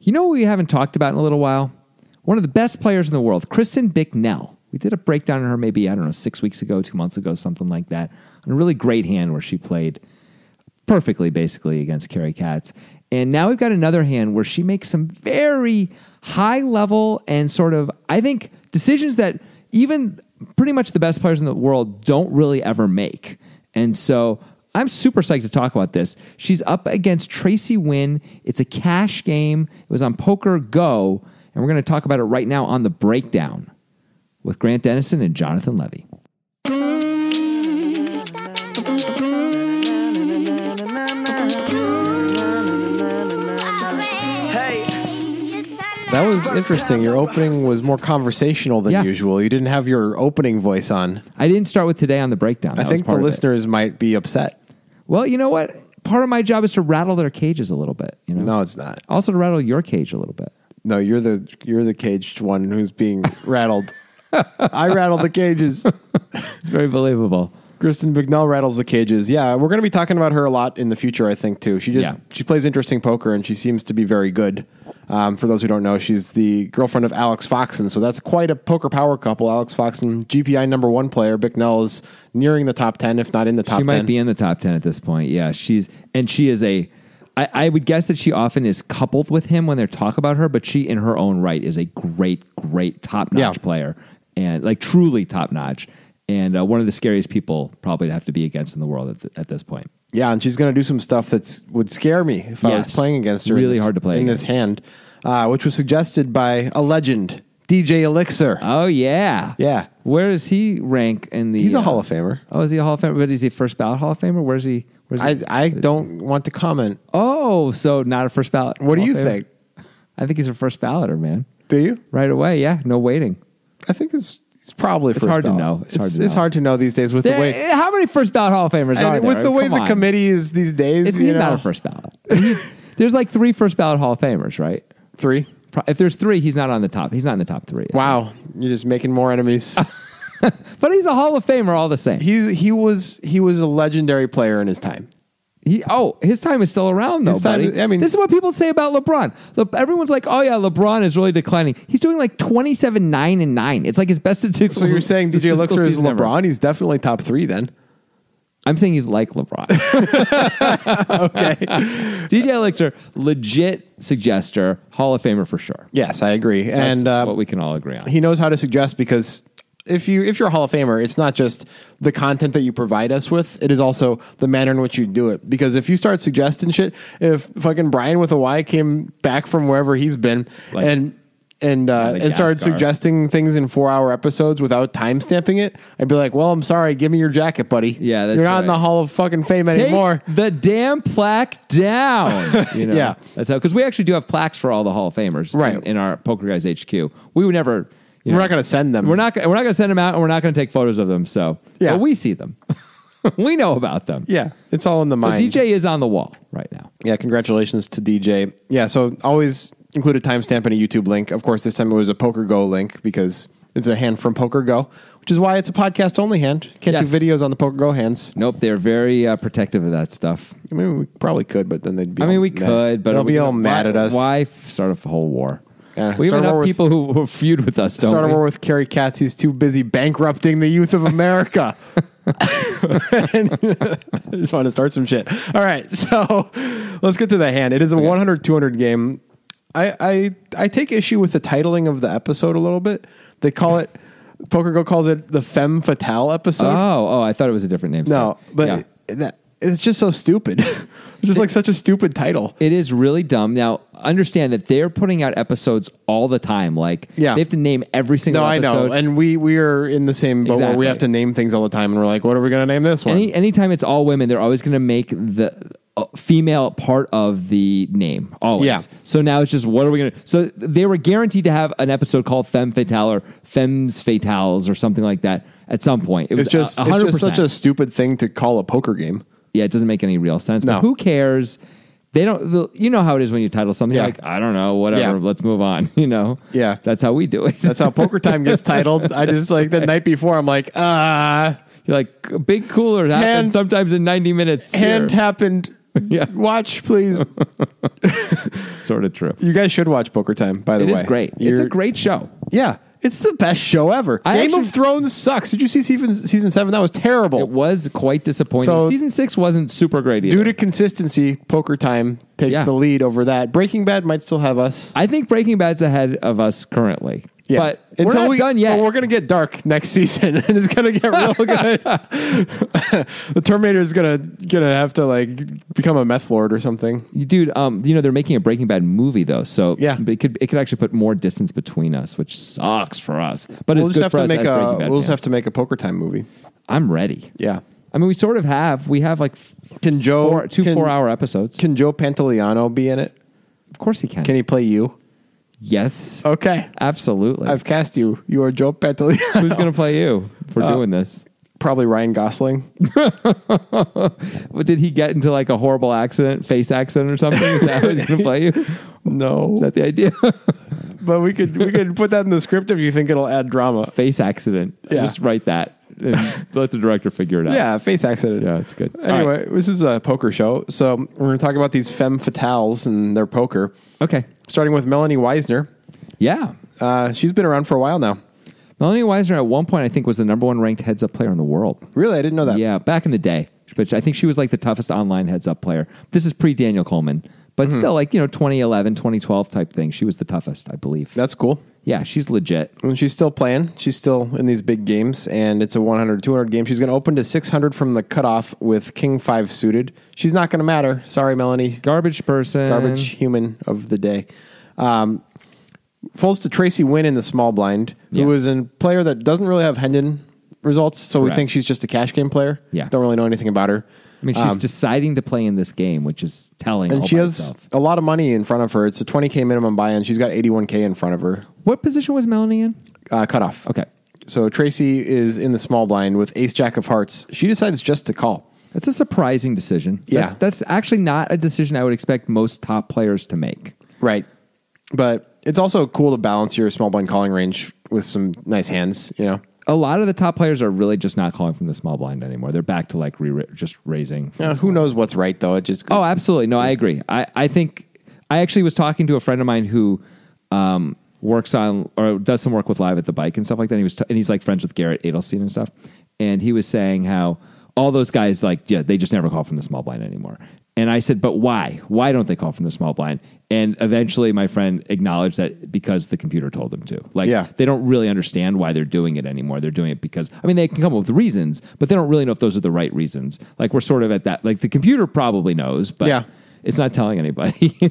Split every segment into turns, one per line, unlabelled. You know what we haven't talked about in a little while? One of the best players in the world, Kristen Bicknell. We did a breakdown on her maybe, I don't know, six weeks ago, two months ago, something like that. On a really great hand where she played perfectly, basically, against Carrie Katz. And now we've got another hand where she makes some very high level and sort of, I think, decisions that even pretty much the best players in the world don't really ever make. And so I'm super psyched to talk about this. She's up against Tracy Wynn. It's a cash game, it was on Poker Go. And we're going to talk about it right now on the breakdown with Grant Dennison and Jonathan Levy.
That was interesting. Your opening was more conversational than
Yeah.
usual. You didn't have your opening voice on.
I didn't start with today on the breakdown. That
I
was
think the
part of it.
listeners might be upset.
Well, you know what? Part of my job is to rattle their cages a little bit. You know,
No, it's not.
also to rattle your cage a little bit.
No, you're the you're the caged one who's being rattled. I rattle the cages.
It's very believable.
Kristen Bignell rattles the cages. Yeah, we're going to be talking about her a lot in the future, I think, too. She just
Yeah.
she plays interesting poker and she seems to be very good. Um, for those who don't know, she's the girlfriend of Alex Foxen, so that's quite a poker power couple. Alex Foxen, GPI number one player. Bignell is nearing the top ten, if not in the top
she
ten.
might be in the top 10 at this point yeah she's and she is a I, I would guess that she often is coupled with him when they talk about her but she in her own right is a great great top-notch
Yeah.
player and like truly top-notch and uh, one of the scariest people probably to have to be against in the world at, th- at this point
Yeah, and she's going to do some stuff that would scare me if I was
Yes.
playing against her. in
Really
this-
hard to play
in this hand, uh, which was suggested by a legend, DJ Elixir.
oh yeah
yeah,
where does he rank in the
he's
uh,
a Hall of Famer.
oh is he a hall of famer but is he a first ballot hall of famer where's he where's
I
he
I don't want to comment.
oh so not a first ballot
What do
Hall
you
of Famer?
think?
i think he's a first balloter man
Do you?
right away yeah no waiting
I think it's it's probably first
hard to
ballot.
know. It's
It's,
hard to
it's
know.
hard to know these days with the
There-
way
how many first ballot Hall of Famers
and
are there?
with the way
Come
the
on.
committee is these days.
it's
you
he's not
know.
a first ballot. He's- there's like three first ballot Hall of Famers, right?
three.
Pro- If there's three, he's not on the top. He's not in the top three.
Wow, you're just making more enemies.
but he's a Hall of Famer all the same.
he he was he was a legendary player in his time.
He, oh, his time is still around though,
His time
buddy.
is- I mean-
this is what people say about LeBron. Le- everyone's like, "Oh yeah, LeBron is really declining." He's doing like twenty-seven, nine, and nine. It's like his best
So
statistical.
you're saying DJ
statistical
Elixir is
season ever.
LeBron? He's definitely top three then.
I'm saying he's like LeBron.
Okay.
DJ Elixir, legit suggester, Hall of Famer for sure.
Yes, I agree,
That's
and uh,
what we can all agree on.
he knows how to suggest because if you if you're a Hall of Famer, it's not just the content that you provide us with; it is also the manner in which you do it. Because if you start suggesting shit, if fucking Brian with a Y came back from wherever he's been
Like-
and and uh,
like
and started
NASCAR.
suggesting things in four hour episodes without time stamping it, I'd be like, "Well, I'm sorry, give me your jacket, buddy.
Yeah, that's
you're not in
right.
the Hall of fucking Fame
Take
anymore."
the damn plaque down. You know?
Yeah.
that's how. Because we actually do have plaques for all the Hall of Famers,
Right.
In, in our Poker Guys HQ, we would never. you
We're
know,
not going to send them.
We're not. We're not going to send them out, and we're not going to take photos of them. So
Yeah.
But we see them. we know about them.
Yeah, it's all in the
So
mind.
DJ is on the wall right now.
Yeah, congratulations to DJ. Yeah, so always include a timestamp and a YouTube link. Of course, this time it was a Poker Go link because it's a hand from Poker Go, which is why it's a podcast only hand. Can't
Yes.
do videos on the Poker Go hands.
Nope, they're very uh, protective of that stuff.
I mean, we probably could, but then they'd be.
I
all
mean, we
mad.
could, but
Oh, they'll
are we
be
gonna-
all mad
why-
at us.
Why f- start a whole war?
Yeah,
we have
start a
enough
war with-
people who, who feud with us. Don't
Start a
we?
war with Kerry Katz. He's too busy bankrupting the youth of America. I just want to start some shit. All right, so let's get to the hand. It is a 100 200 game. I, I I take issue with the titling of the episode a little bit. They call it Poker Go calls it the Femme Fatale episode.
Oh, oh, I thought it was a different name.
no,
Sorry.
but
Yeah.
that, it's just so stupid. it's just like such a stupid title.
It is really dumb. Now, understand that they're putting out episodes all the time. Like,
Yeah.
they have to name every single
No, I
episode.
know, and we we are in the same boat where
Exactly.
we have to name things all the time, and we're like, what are we going to name this one?
Any, anytime it's all women, they're always going to make the uh, female part of the name. Always.
Yeah.
So now it's just, what are we going to... So they were guaranteed to have an episode called Femme Fatale or Femmes Fatales or something like that at some point. It was uh,
It's just
a-
it's
100%.
just such a stupid thing to call a poker game.
yeah, it doesn't make any real sense.
No.
But who cares? They don't... the- You know how it is when you title something
Yeah.
like, I don't know, whatever,
Yeah.
let's move on, you know?
Yeah.
That's how we do it.
That's how Poker Time gets titled. I just like the night before I'm like, uh
You're like a big cooler happens
Hand-
sometimes in 90 minutes.
hand
here."
happened.
Yeah.
Watch please.
sort of true.
You guys should watch Poker Time, by the
It
way.
is great. it's
You're-
a great show.
Yeah, it's the best show ever.
I
Game
actually-
of Thrones sucks. Did you see season, season seven? That was terrible.
It was quite disappointing.
So-
Season six wasn't super great either.
Due to consistency, Poker Time takes
Yeah.
the lead over that. Breaking Bad might still have us.
I think Breaking Bad's ahead of us currently. But we're not
we,
done yet.
Well, we're going to get dark next season, and it's going to get real good. the Terminator is going to gonna have to like become a meth lord or something.
Dude, um, you know they're making a Breaking Bad movie though, so
Yeah.
but it could it could actually put more distance between us, which sucks for us. But
We'll
it's
just
good
have
for
to
us
make
as
a
Breaking Bad
we'll just
fans.
have to make a Poker Time movie.
I'm ready.
Yeah.
I mean, we sort of have. We have like f-
Can Joe-
four, two
can-
four hour episodes?
Can Joe Pantoliano be in it?
of course he can.
Can he play you?
yes,
Okay.
absolutely.
I've cast you. You are Joe Pantoliano.
Who's going to play you for
Uh,
doing this?
Probably Ryan Gosling.
What, did he get into like a horrible accident, face accident or something? Is that who's going to play you? Is
No.
that the idea?
But we could we could put that in the script if you think it'll add drama.
face accident.
Yeah.
Just write that and let the director figure it out.
Yeah, face accident.
Yeah, it's good. All right.
Anyway, this is a poker show, so we're going to talk about these femme fatales and their poker.
Okay.
Starting with Melanie Weisner.
Yeah.
Uh, she's been around for a while now.
Melanie Weisner at one point, I think, was the number one ranked heads up player in the world.
Really, I didn't know that.
Yeah, back in the day. But I think she was like the toughest online heads up player. This is pre Daniel Coleman, but
Mm-hmm.
still like, you know, 2011, 2012 type thing. She was the toughest, I believe.
That's cool.
Yeah, she's legit.
And she's still playing. She's still in these big games, and it's a 100, 200 game. She's going to open to 600 from the cutoff with King 5 suited. She's not going to matter. Sorry, Melanie.
Garbage person.
Garbage human of the day. Um, folds to Tracy Wynn in the small blind,
Yeah.
who is a player that doesn't really have Hendon results, so we
Correct.
think she's just a cash game player.
Yeah.
Don't really know anything about her.
I mean, she's deciding to play in this game, which is telling.
Um, And
all
she
by
has
itself.
a lot of money in front of her. It's a 20K minimum buy in. She's got 81K in front of her.
What position was Melanie in?
Uh, cutoff.
Okay.
So Tracy is in the small blind with ace jack of hearts. She decides just to call.
That's a surprising decision.
Yeah.
That's, that's actually not a decision I would expect most top players to make.
Right. But it's also cool to balance your small blind calling range with some nice hands, you know?
A lot of the top players are really just not calling from the small blind anymore. They're back to like re- just raising.
Uh, who knows what's right, though? It just.
Oh, absolutely. No, I agree. I, I think I actually was talking to a friend of mine who um, works on or does some work with Live at the Bike and stuff like that. And he was t- and he's like friends with Garrett Adelstein and stuff. And he was saying how all those guys like yeah they just never call from the small blind anymore. And I said, but why? Why don't they call from the small blind? And eventually, my friend acknowledged that because the computer told them to. Like,
Yeah.
they don't really understand why they're doing it anymore. They're doing it because I mean they can come up with reasons, but they don't really know if those are the right reasons. Like we're sort of at that. Like the computer probably knows, but
Yeah.
it's not telling anybody.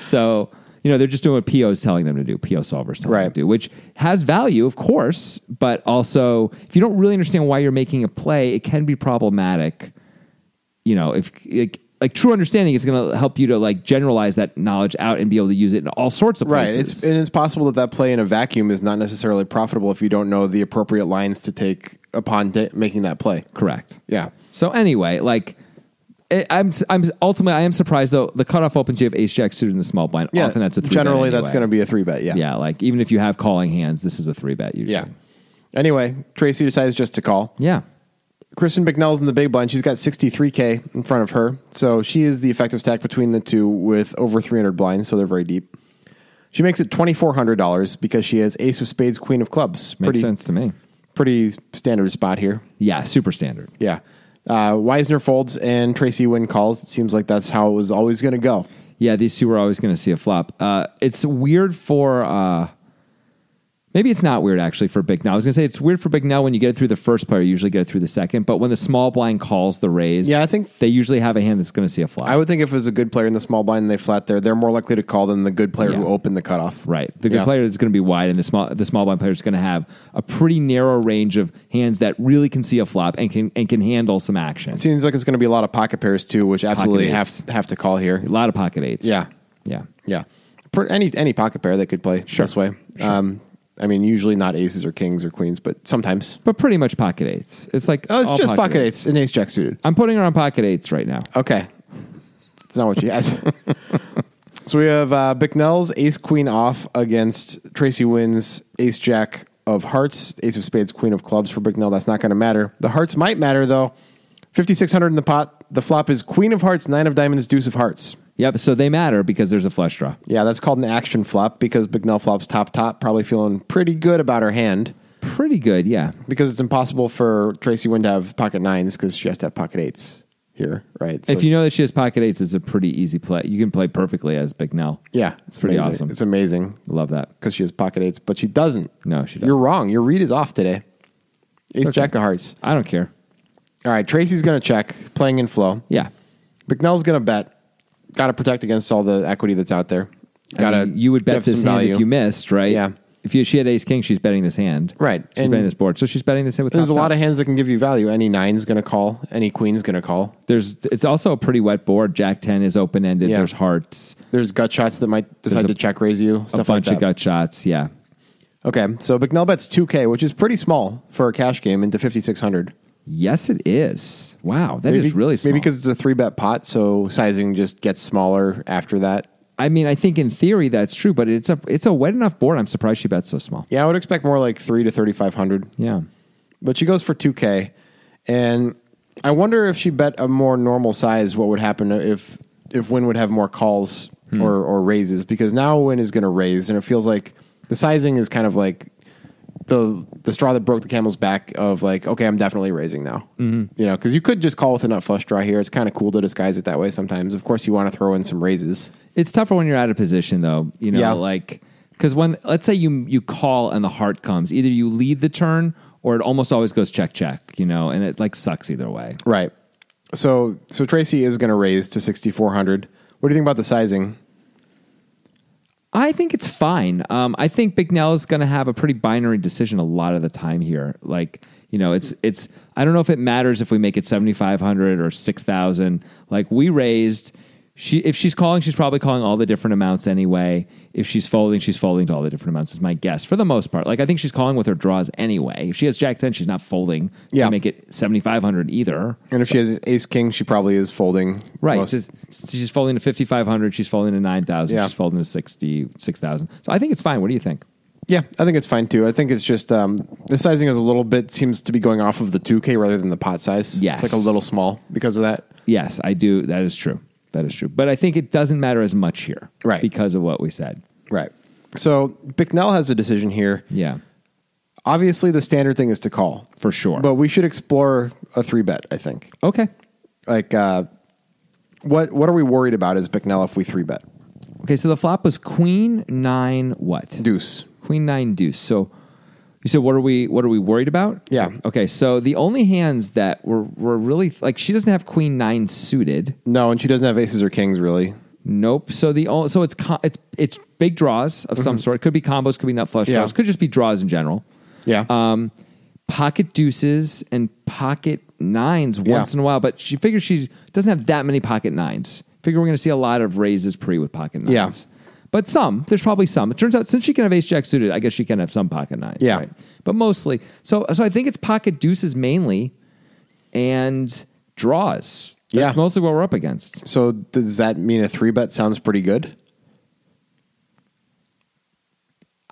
so you know they're just doing what PO is telling them to do. PO solvers telling them
Right.
to do, which has value, of course, but also if you don't really understand why you're making a play, it can be problematic. You know if. Like, like true understanding is going to help you to like generalize that knowledge out and be able to use it in all sorts of
Right.
places.
It's, and it's possible that that play in a vacuum is not necessarily profitable if you don't know the appropriate lines to take upon ta- making that play.
correct.
Yeah.
So anyway, like I- I'm I'm ultimately I am surprised though the cutoff opens you have ace jack suited in the small blind.
Yeah.
Often that's a three
Generally, that's going to
to
be a three bet. Yeah.
yeah. Like even if you have calling hands, this is a three bet. Usually.
Yeah. Anyway, Tracy decides just to call.
yeah.
Kristen McNell's in the big blind. She's got 63K in front of her. So she is the effective stack between the two with over 300 blinds. So they're very deep. She makes it $2,400 because she has ace of spades, queen of clubs.
Makes
pretty,
sense to me.
pretty standard spot here.
Yeah, super standard.
Yeah. Uh, Weisner folds and Tracy Wynn calls. It seems like that's how it was always going to go.
Yeah, these two were always going to see a flop. Uh, it's weird for. Uh, Maybe it's not weird actually for Big Now. I was gonna say it's weird for Big Now when you get it through the first player, you usually get it through the second. But when the small blind calls the raise,
Yeah, I think-
they usually have a hand that's gonna see a flop.
I would think if it was a good player in the small blind and they flat there, they're more likely to call than the good player
Yeah.
who opened the cutoff.
Right. The good
Yeah.
player is going to be wide, and the small the small blind player is going to have a pretty narrow range of hands that really can see a flop and can and can handle some action.
It seems like it's going to be a lot of pocket pairs too, which absolutely
eights.
have, have to call here.
A lot of pocket eights.
Yeah.
Yeah.
Yeah. Per, any any pocket pair that could play this way. Um, I mean, usually not aces or kings or queens, but sometimes.
But pretty much pocket eights. It's like
Oh, it's
all
just pocket, eights and ace jack suited.
I'm putting her on pocket eights right now.
Okay. It's not what she has. so we have uh, Bicknell's ace queen off against Tracy Wynn's ace jack of hearts, ace of spades, queen of clubs for Bicknell. That's not going to matter. The hearts might matter, though. 5,600 in the pot. The flop is queen of hearts, nine of diamonds, deuce of hearts.
Yep. So they matter because there's a flush draw.
Yeah, that's called an action flop because Bignell flops top top, probably feeling pretty good about her hand
Pretty good. Yeah.
because it's impossible for Tracy Wynn to have pocket nines because she has to have pocket eights here, right? So,
if you know that she has pocket eights, it's a pretty easy play. You can play perfectly as Bignell.
yeah, it's
pretty
amazing.
awesome.
It's amazing
Love that.
because she has pocket eights, but she doesn't.
No, she doesn't.
You're wrong. Your read is off today. Ace
okay.
jack of hearts.
I don't care.
All right, Tracy's going to check, playing in flow.
Yeah.
Bicknell's going to bet. Got to protect against all the equity that's out there. Got
I
to.
mean, you would bet this hand if you missed, right?
Yeah.
If you, she had ace king, she's betting this hand.
Right.
She's
And-
betting this board. So she's betting this hand with
There's a
top,
lot
top.
of hands that can give you value. Any nine's going to call. Any queen's going to call.
There's it's also a pretty wet board. Jack 10 is open ended.
Yeah.
There's hearts,
There's gut shots that might decide
a-
to check raise you. Stuff
a bunch
like
of
that.
gut shots. Yeah.
Okay, so Bicknell bets 2K, which is pretty small for a cash game into 5,600.
Yes, it is. Wow. that is
Maybe-
really small.
Maybe because it's a three bet pot, so sizing just gets smaller after that.
I mean, I think in theory that's true, but it's a it's a wet enough board. I'm surprised she bets so small.
Yeah, I would expect more like three to 3,500.
Yeah.
but she goes for 2k and i wonder if she bet a more normal size what would happen if if win would have more calls or or raises because now win is going to raise and it feels like the sizing is kind of like the the straw that broke the camel's back of like okay i'm definitely raising now you know because you could just call with a nut flush draw here it's kind of cool to disguise it that way sometimes of course you want to throw in some raises
It's tougher when you're out of position though, you know,
Yeah.
like cuz when let's say you you call and the heart comes, either you lead the turn or it almost always goes check check, you know, and it like sucks either way.
right so so tracy is going to raise to 6400 what do you think about the sizing
I think it's fine. Um, I think Bignell is going to have a pretty binary decision a lot of the time here. Like, you know, it's it's. I don't know if it matters if we make it seventy five hundred or six thousand. Like we raised. She if she's calling, she's probably calling all the different amounts anyway. If she's folding, she's folding to all the different amounts. Is my guess for the most part. Like I think she's calling with her draws anyway. If she has Jack ten, she's not folding.
Yeah.
to make it seventy five hundred either.
And if she has ace king, she probably is folding.
Right.
most-
she's, she's folding to fifty five hundred. She's folding to nine thousand.
Yeah.
She's folding to sixty six thousand. So I think it's fine. What do you think?
yeah, I think it's fine too. I think it's just um, the sizing is a little bit seems to be going off of the 2K rather than the pot size.
Yes.
It's like a little small because of that.
Yes, I do. That is true. That is true. But I think it doesn't matter as much here.
Right.
Because of what we said.
Right. So Bicknell has a decision here.
Yeah.
Obviously, the standard thing is to call.
For sure.
But we should explore a three bet, I think.
okay.
Like, uh, what, what are we worried about as Bicknell if we three bet?
Okay, so the flop was queen nine what?
Deuce.
Queen nine deuce. So you said what are we what are we worried about?
Yeah.
Okay, so the only hands that were were really like she doesn't have queen nine suited.
No, and she doesn't have aces or kings, really.
Nope. So the o- so it's co- it's it's big draws of some sort. Could be combos, could be nut flush
Mm-hmm. Yeah.
draws, could just be draws in general.
Yeah.
um, pocket deuces and pocket nines once
Yeah.
in a while, but she figures she doesn't have that many pocket nines. Figure we're going to see a lot of raises pre with pocket nines.
Yeah.
But some, there's probably some. It turns out since she can have ace jack suited, I guess she can have some pocket nines.
Yeah.
Right? But mostly, so so I think it's pocket deuces mainly, and draws. That's
Yeah.
mostly what we're up against.
so does that mean a three bet sounds pretty good?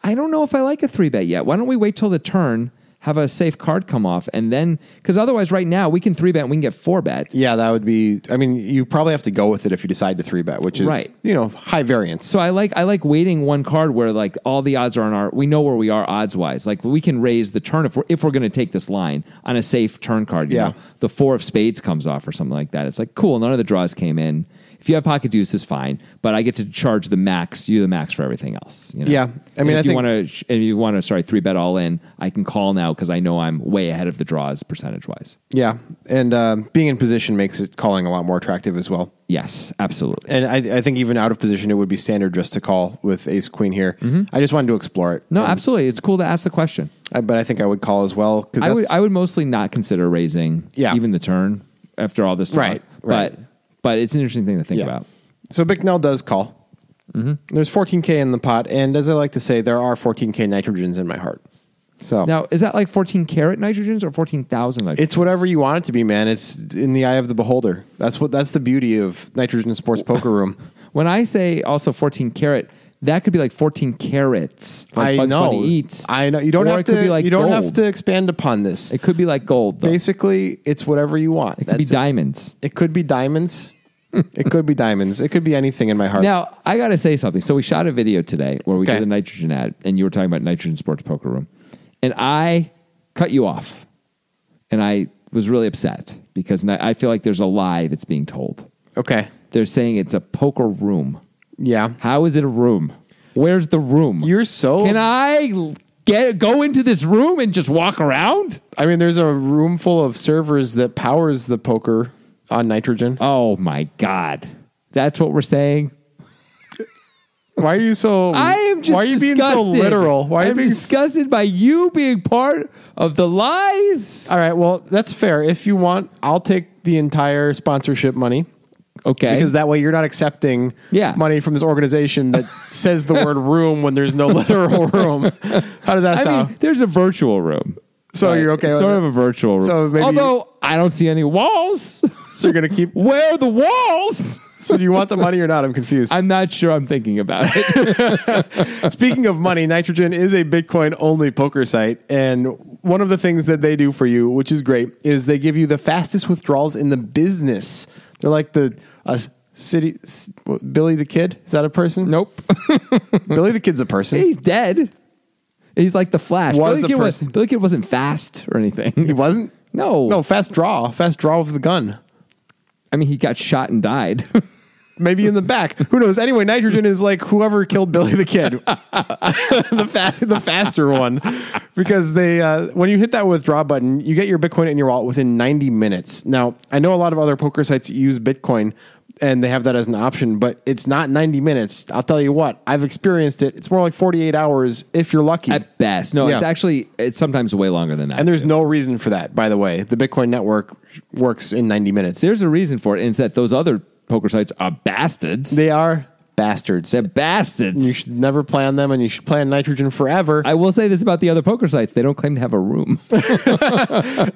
I don't know if I like a three bet yet. Why don't we wait till the turn, have a safe card come off, and then because otherwise, right now we can three bet and we can get four bet.
Yeah, that would be. I mean, you probably have to go with it if you decide to three bet, which is
Right.
you know high variance.
So I like I like waiting one card where like all the odds are on our we know where we are odds wise. Like we can raise the turn if we're if we're going to take this line on a safe turn card. You
Yeah.
know, the four of spades comes off or something like that. It's like cool. None of the draws came in. If you have pocket deuce, it's fine. But I get to charge the max. You the max for everything else. You know?
Yeah. I
And
mean, I
if you
think-
want to and you want to sorry three bet all in, I can call now because I know I'm way ahead of the draws percentage wise.
yeah, and uh, being in position makes it calling a lot more attractive as well.
Yes, absolutely.
And I, I think even out of position, it would be standard just to call with ace queen here. I just wanted to explore it,
Mm-hmm. No, absolutely. It's cool to ask the question.
I, but I think I would call as well because
I would I would mostly not consider raising
Yeah.
even the turn after all this talk.
Right, right.
But but it's an interesting thing to think
Yeah.
about.
So Bicknell does call.
Mm-hmm.
There's 14k in the pot, and as I like to say, there are 14k nitrogens in my heart. So
Now, is that like 14 carat nitrogens or 14,000 nitrogens?
It's whatever you want it to be, man. It's in the eye of the beholder. That's what that's the beauty of nitrogen sports poker room.
when I say also 14 carat, that could be like 14 carats. Like
I
Bugs
know.
Bunny eats.
I know. You don't
Or
have
it could
to.
be like
you don't have
gold.
to expand upon this.
It could be like gold. Though. It
Basically, it's whatever you want.
could be
That's it.
diamonds.
It could be diamonds. it could be diamonds. It could be anything in my heart.
Now, I got to say something. So we shot a video today where we
Okay.
did a nitrogen ad, and you were talking about nitrogen sports poker room, and I cut you off, and I was really upset because n- I feel like there's a lie that's being told.
Okay.
They're saying it's a poker room.
Yeah.
How is it a room? Where's the room?
You're so.
Can I l- get go into this room and just walk around?
I mean, there's a room full of servers that powers the poker on nitrogen.
Oh my god, that's what we're saying.
Why are you so?
I am just
Why are you being so
disgusted.
literal? Why are you
I'm
being? so
disgusted by you being part of the lies.
All right. Well, that's fair. If you want, I'll take the entire sponsorship money
Okay,
because that way you're not accepting
Yeah.
money from this organization that says the word room when there's no literal room. How does that
I
sound?
mean, there's a virtual room.
So you're okay
It's
with
sort
it?
of a virtual room.
So maybe you-
Although I don't see any walls.
so you're gonna keep.
Where are the walls?
So do you want the money or not? I'm confused.
I'm not sure. I'm thinking about it.
Speaking of money, Nitrogen is a Bitcoin only poker site. And one of the things that they do for you, which is great, is they give you the fastest withdrawals in the business. They're like the uh, city, s- what, Billy the Kid. Is that a person?
nope.
Billy the Kid's a person.
He's dead. He's like the Flash.
Was
Billy
a
Kid was-
person.
Billy Kid wasn't fast or
He
anything.
wasn't?
No.
No, fast draw. Fast draw with the gun.
I mean, he got shot and died.
Maybe in the back. Who knows? Anyway, Nitrogen is like whoever killed Billy the Kid, the fast, the faster one, because they uh, when you hit that withdraw button, you get your Bitcoin in your wallet within 90 minutes. Now, I know a lot of other poker sites use Bitcoin, and they have that as an option, but it's not 90 minutes. I'll tell you what, I've experienced it. It's more like 48 hours if you're lucky.
At best. No, it's
Yeah.
actually, it's sometimes way longer than that.
and there's no reason for that, by the way. The Bitcoin network works in 90 minutes.
there's a reason for it, and it's that those other poker sites are bastards.
they are bastards.
They're bastards.
you should never play on them, and you should play on Nitrogen forever.
I will say this about the other poker sites. They don't claim to have a room.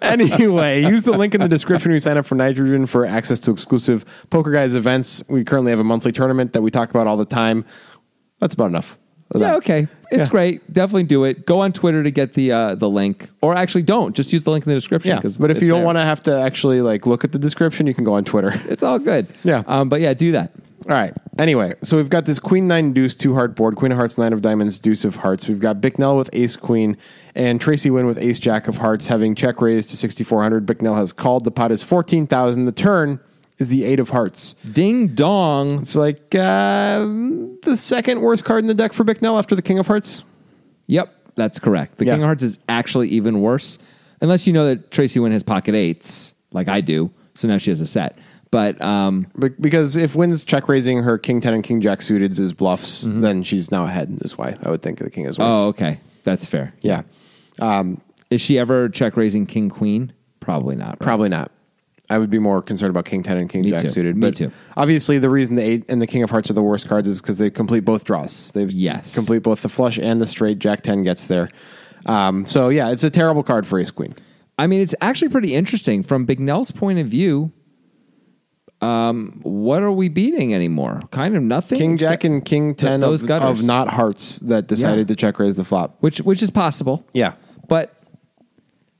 anyway, use the link in the description when you sign up for Nitrogen for access to exclusive Poker Guys events. We currently have a monthly tournament that we talk about all the time. That's about enough. of
Yeah,
that.
okay. It's
Yeah.
great. Definitely do it. Go on Twitter to get the uh, the link, or actually don't. Just use the link in the description.
Yeah, but if you don't want
to,
to have to actually like look at the description, you can go on Twitter.
it's all good.
Yeah.
Um, but yeah, do that.
All right. Anyway, so we've got this queen nine deuce two heart board, queen of hearts, nine of diamonds, deuce of hearts. We've got Bicknell with ace queen and Tracy Wynn with ace jack of hearts having check raised to 6400. Bicknell has called. The pot is 14,000. The turn is the eight of hearts.
Ding dong.
It's like uh, the second worst card in the deck for Bicknell after the king of hearts.
Yep, that's correct. The
Yeah.
King of Hearts is actually even worse, unless you know that Tracy Wynn has pocket eights, like I do. So now she has a set. But um,
Be- because if Wynn's check raising her king 10 and king jack suited is bluffs, then she's now ahead, is why I would think the king is worse.
Mm-hmm. oh, okay, that's fair.
Yeah.
Is she ever check raising King Queen? Probably not. Right?
Probably not. I would be more concerned about King Ten and King Jack
too.
suited.
Me
But
too.
obviously, the reason the eight and the King of Hearts are the worst cards is because they complete both draws. They
Yes.
complete both the flush and the straight. Jack Ten gets there. Um, so yeah, it's a terrible card for Ace Queen.
I mean, it's actually pretty interesting from Bignell's point of view. Um, what are we beating anymore? Kind of nothing.
King Jack
except-
and King Ten
those
of,
gutters.
of not hearts that decided to check raise the flop.
which which is possible.
Yeah,
but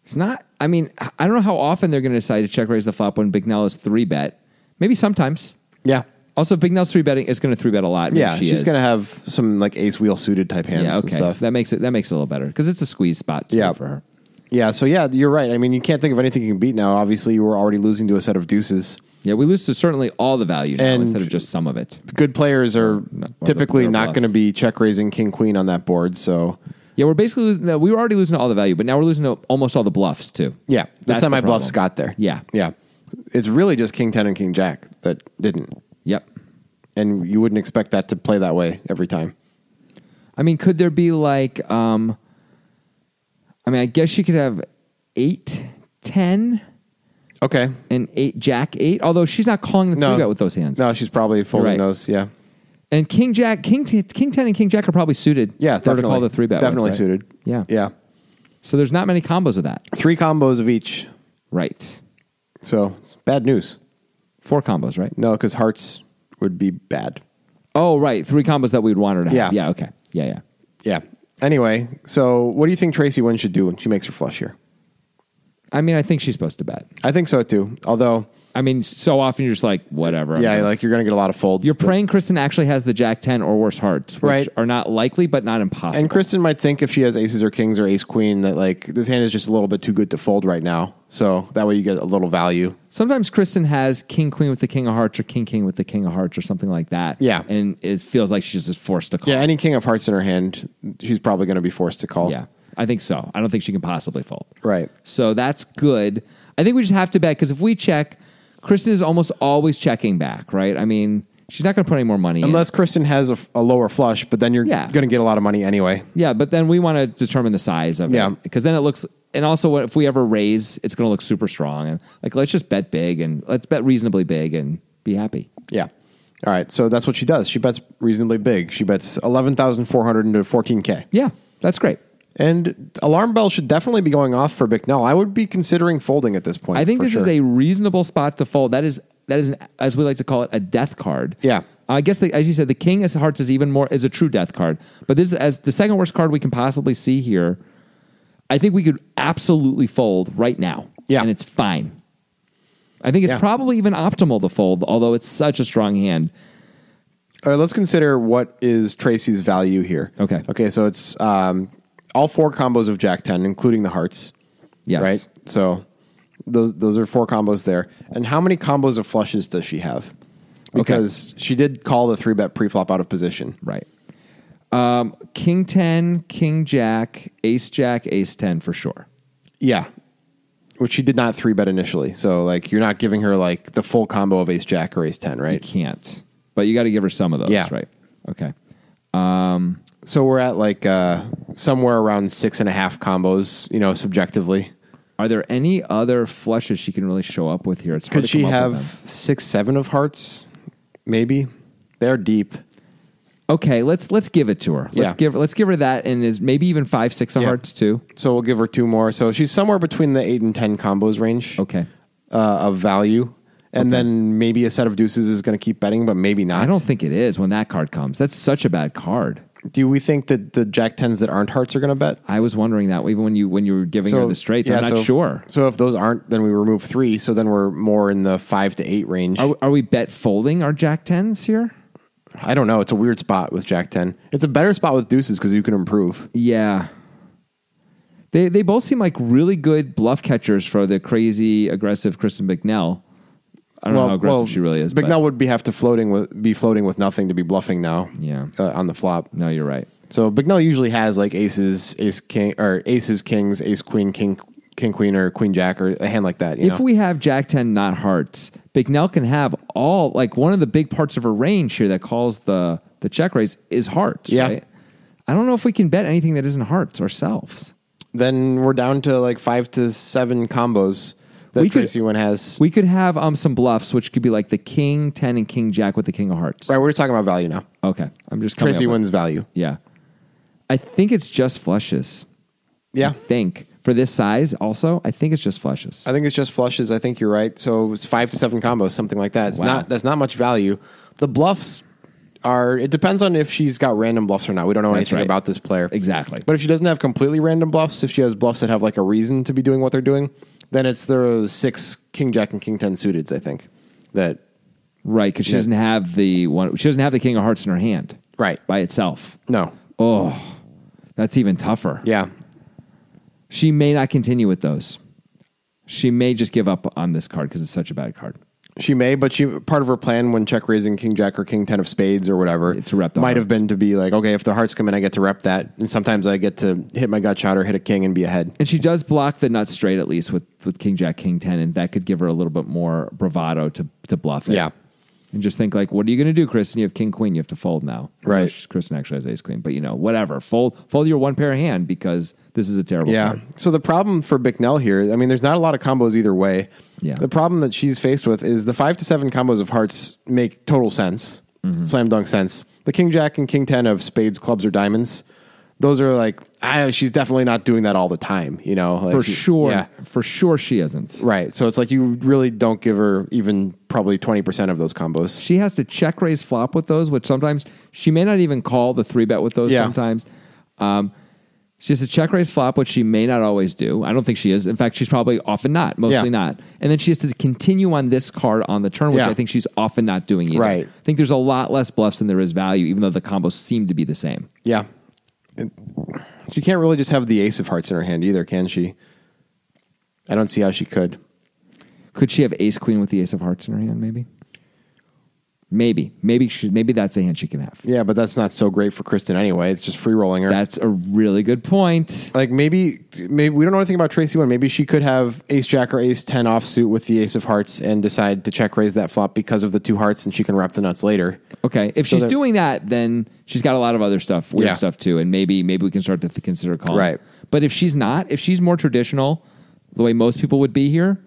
it's not. I mean, I don't know how often they're going to decide to check raise the flop when Bignell is three bet. Maybe sometimes.
yeah,
Also, Bignell's three betting is going to three bet a lot. Maybe
yeah.
she
she's
is.
gonna have some like Ace Wheel suited type hands
Yeah,
and
okay.
stuff.
So that makes it that makes it a little better because it's a squeeze spot too
Yeah.
for her.
yeah, so yeah, you're right. I mean, you can't think of anything you can beat now. Obviously, you were already losing to a set of deuces.
Yeah, we lose to certainly all the value now
And-
instead of just some of it.
good players are
the
typically
player
not
bluffs.
going to be check raising king queen on that board. So
Yeah, we're basically losing. no, We were already losing to all the value, but now we're losing to almost all the bluffs too.
yeah, the
That's
semi bluffs
problem.
got there.
Yeah.
yeah. It's really just king ten and king jack that didn't,
Yep.
and you wouldn't expect that to play that way every time.
I mean, could there be like, um, I mean, I guess you could have eight, ten,
Okay,
and eight, jack eight. Although she's not calling the three
no,
bet with those hands.
No, she's probably folding
right.
those. Yeah,
And king jack, king t- king ten, and king jack are probably suited.
yeah.
for her to
Definitely
call the three bet. with,
Definitely
right?
suited.
Yeah.
yeah.
So there's not many combos of that.
Three combos of each.
Right.
So it's bad news.
Four combos, right?
No, because hearts would be bad.
Oh, right. Three combos that we'd want her to have.
Yeah.
Yeah. Okay. Yeah. Yeah.
Yeah. Anyway, so what do you think Tracy Wynn should do when she makes her flush here?
I mean, I think she's supposed to bet.
I think so too. Although
I mean, so often you're just like, whatever. I'm
Yeah,
not-
like you're going to get a lot of folds.
you're praying Kristen actually has the Jack 10 or worse hearts, which
Right.
are not likely but not impossible.
And Kristen might think if she has aces or kings or ace queen that like this hand is just a little bit too good to fold right now. So that way you get a little value.
Sometimes Kristen has king queen with the king of hearts or king king with the king of hearts or something like that.
Yeah.
And it feels like she's just forced to call.
Yeah, any king of hearts in her hand, she's probably going to be forced to call.
Yeah, I think so. I don't think she can possibly fold.
Right.
So that's good. I think we just have to bet because if we check, Kristen is almost always checking back, right? I mean, she's not going to put any more money in.
Unless Kristen has a, a lower flush, but then you're
Yeah.
going to get a lot of money anyway.
Yeah, but then we want to determine the size of
Yeah.
it because then it looks. And also, what if we ever raise, it's going to look super strong. And like, let's just bet big and let's bet reasonably big and be happy.
Yeah. All right. So that's what she does. She bets reasonably big. She bets 11,400 into 14K.
Yeah, that's great.
And alarm bell should definitely be going off for Bicknell. I would be considering folding at this point.
I think
for
this is
sure.
a reasonable spot to fold. That is that is an, as we like to call it a death card.
Yeah.
I guess the, as you said, the king of hearts is even more is a true death card. But this is as the second worst card we can possibly see here. I think we could absolutely fold right now.
Yeah.
and it's fine. I think it's
Yeah.
probably even optimal to fold, although it's such a strong hand.
All right, let's consider what is Tracy's value here.
Okay.
Okay, so it's um, all four combos of Jack Ten, including the hearts.
Yes.
Right. So those those are four combos there. And how many combos of flushes does she have? Because she did call the three bet preflop out of position.
Right. Um, king ten, king jack, ace jack, ace ten for sure.
Yeah. Which she did not three bet initially. So like you're not giving her like the full combo of ace jack or ace ten,
You
right?
can't, but you got to give her some of those.
Yeah.
Right. Okay.
So we're at like uh somewhere around six and a half combos, you know, subjectively.
Are there any other flushes she can really show up with here? It's hard
Could
to
she
come up with
have
them.
six, seven of hearts? Maybe they're deep.
Okay, let's let's give it to her. Let's
Yeah.
give let's give her that, and is maybe even five six of
Yeah.
hearts too.
So we'll give her two more. So she's somewhere between the eight and ten combos range.
Okay,
uh, of value, and then maybe a set of deuces is going to keep betting, but maybe not.
I don't think it is when that card comes. That's such a bad card.
Do we think that the jack tens that aren't hearts are going to bet?
I was wondering that even when you when you were giving her the straights,
yeah,
I'm not
so if-
sure.
So if those aren't, then we remove three. So then we're more in the five to eight range.
Are, are we bet folding our jack tens here?
I don't know. It's a weird spot with jack ten. It's a better spot with deuces because you can improve.
Yeah. They they both seem like really good bluff catchers for the crazy aggressive Kristen McNell. I don't know how aggressive she really is. but-
Bignell would be have to floating with be floating with nothing to be bluffing now.
Yeah.
uh, on the flop.
No, you're right.
So Bignell usually has like aces, ace king, or aces, kings, ace queen, king, king queen, or queen jack, or a hand like that. You
If
know?
we have Jack 10 not hearts, Bignell can have all like one of the big parts of her range here that calls the the check raise is hearts,
Yeah.
right? I don't know if we can bet anything that isn't hearts ourselves.
then we're down to like five to seven combos that
We could-
Tracy one has.
We could have um some bluffs, which could be like the King 10 and King Jack with the King of Hearts.
right, we're just talking about value now.
Okay. I'm just coming
Tracy
up with-
wins value.
Yeah. I think it's just flushes. I
Yeah,
think. For this size also, I think it's just flushes.
I think it's just flushes. I think you're right. So it's five to seven combos, something like that. It's
Wow.
not that's not much value. The bluffs are. It depends on if she's got random bluffs or not. We don't know
That's
anything
right.
about this player
Exactly.
But if she doesn't have completely random bluffs, if she has bluffs that have like a reason to be doing what they're doing, then it's the six king jack and king ten suiteds. I think that
Right, because she
Yeah.
doesn't have the one she doesn't have the King of Hearts in her hand.
Right.
By itself.
no,
Oh, that's even tougher.
yeah,
She may not continue with those. She may just give up on this card because it's such a bad card.
She may, but she part of her plan when check raising King Jack or King Ten of Spades or whatever
It's to rep the
might have
hearts.
been to be like, okay, if the hearts come in, I get to rep that, and sometimes I get to hit my gut shot or hit a king and be ahead.
And she does block the nut straight at least with, with King Jack King Ten, and that could give her a little bit more bravado to to bluff it.
Yeah.
And just think like, what are you going to do, Kristen? You have King Queen. You have to fold now.
Right.
Which Kristen actually has Ace Queen, but you know, whatever. Fold fold your one pair hand because this is a terrible
Yeah.
card.
So the problem for Bicknell here, I mean, there's not a lot of combos either way.
Yeah.
The problem that she's faced with is the five to seven combos of hearts make total sense,
Mm-hmm.
slam dunk sense. The King Jack and King Ten of Spades, clubs, or diamonds. Those are like, ah, she's definitely not doing that all the time, you know. Like,
For sure,
Yeah.
for sure, she isn't.
Right. So it's like you really don't give her even probably 20% of those combos.
She has to check raise flop with those, which sometimes she may not even call the three bet with those
Yeah.
sometimes. Um, She has to check raise flop, which she may not always do. I don't think she is. In fact, she's probably often not, mostly
Yeah.
not. And then she has to continue on this card on the turn, which
Yeah.
I think she's often not doing either.
Right.
I think there's a lot less bluffs than there is value, even though the combos seem to be the same.
Yeah. And she can't really just have the ace of hearts in her hand either, can she? I don't see how she could.
Could she have ace queen with the ace of hearts in her hand, maybe? Maybe. Maybe she, maybe that's a hand she can have.
Yeah, but that's not so great for Kristen anyway. It's just free rolling her.
That's a really good point.
like maybe maybe we don't know anything about Tracy one. Maybe she could have ace jack or ace ten offsuit with the ace of hearts and decide to check raise that flop because of the two hearts and she can wrap the nuts later.
Okay, if she's
there-
doing that, then she's got a lot of other stuff, weird
Yeah.
stuff too, and maybe maybe we can start to th- consider calling.
Right.
But if she's not, if she's more traditional, the way most people would be here,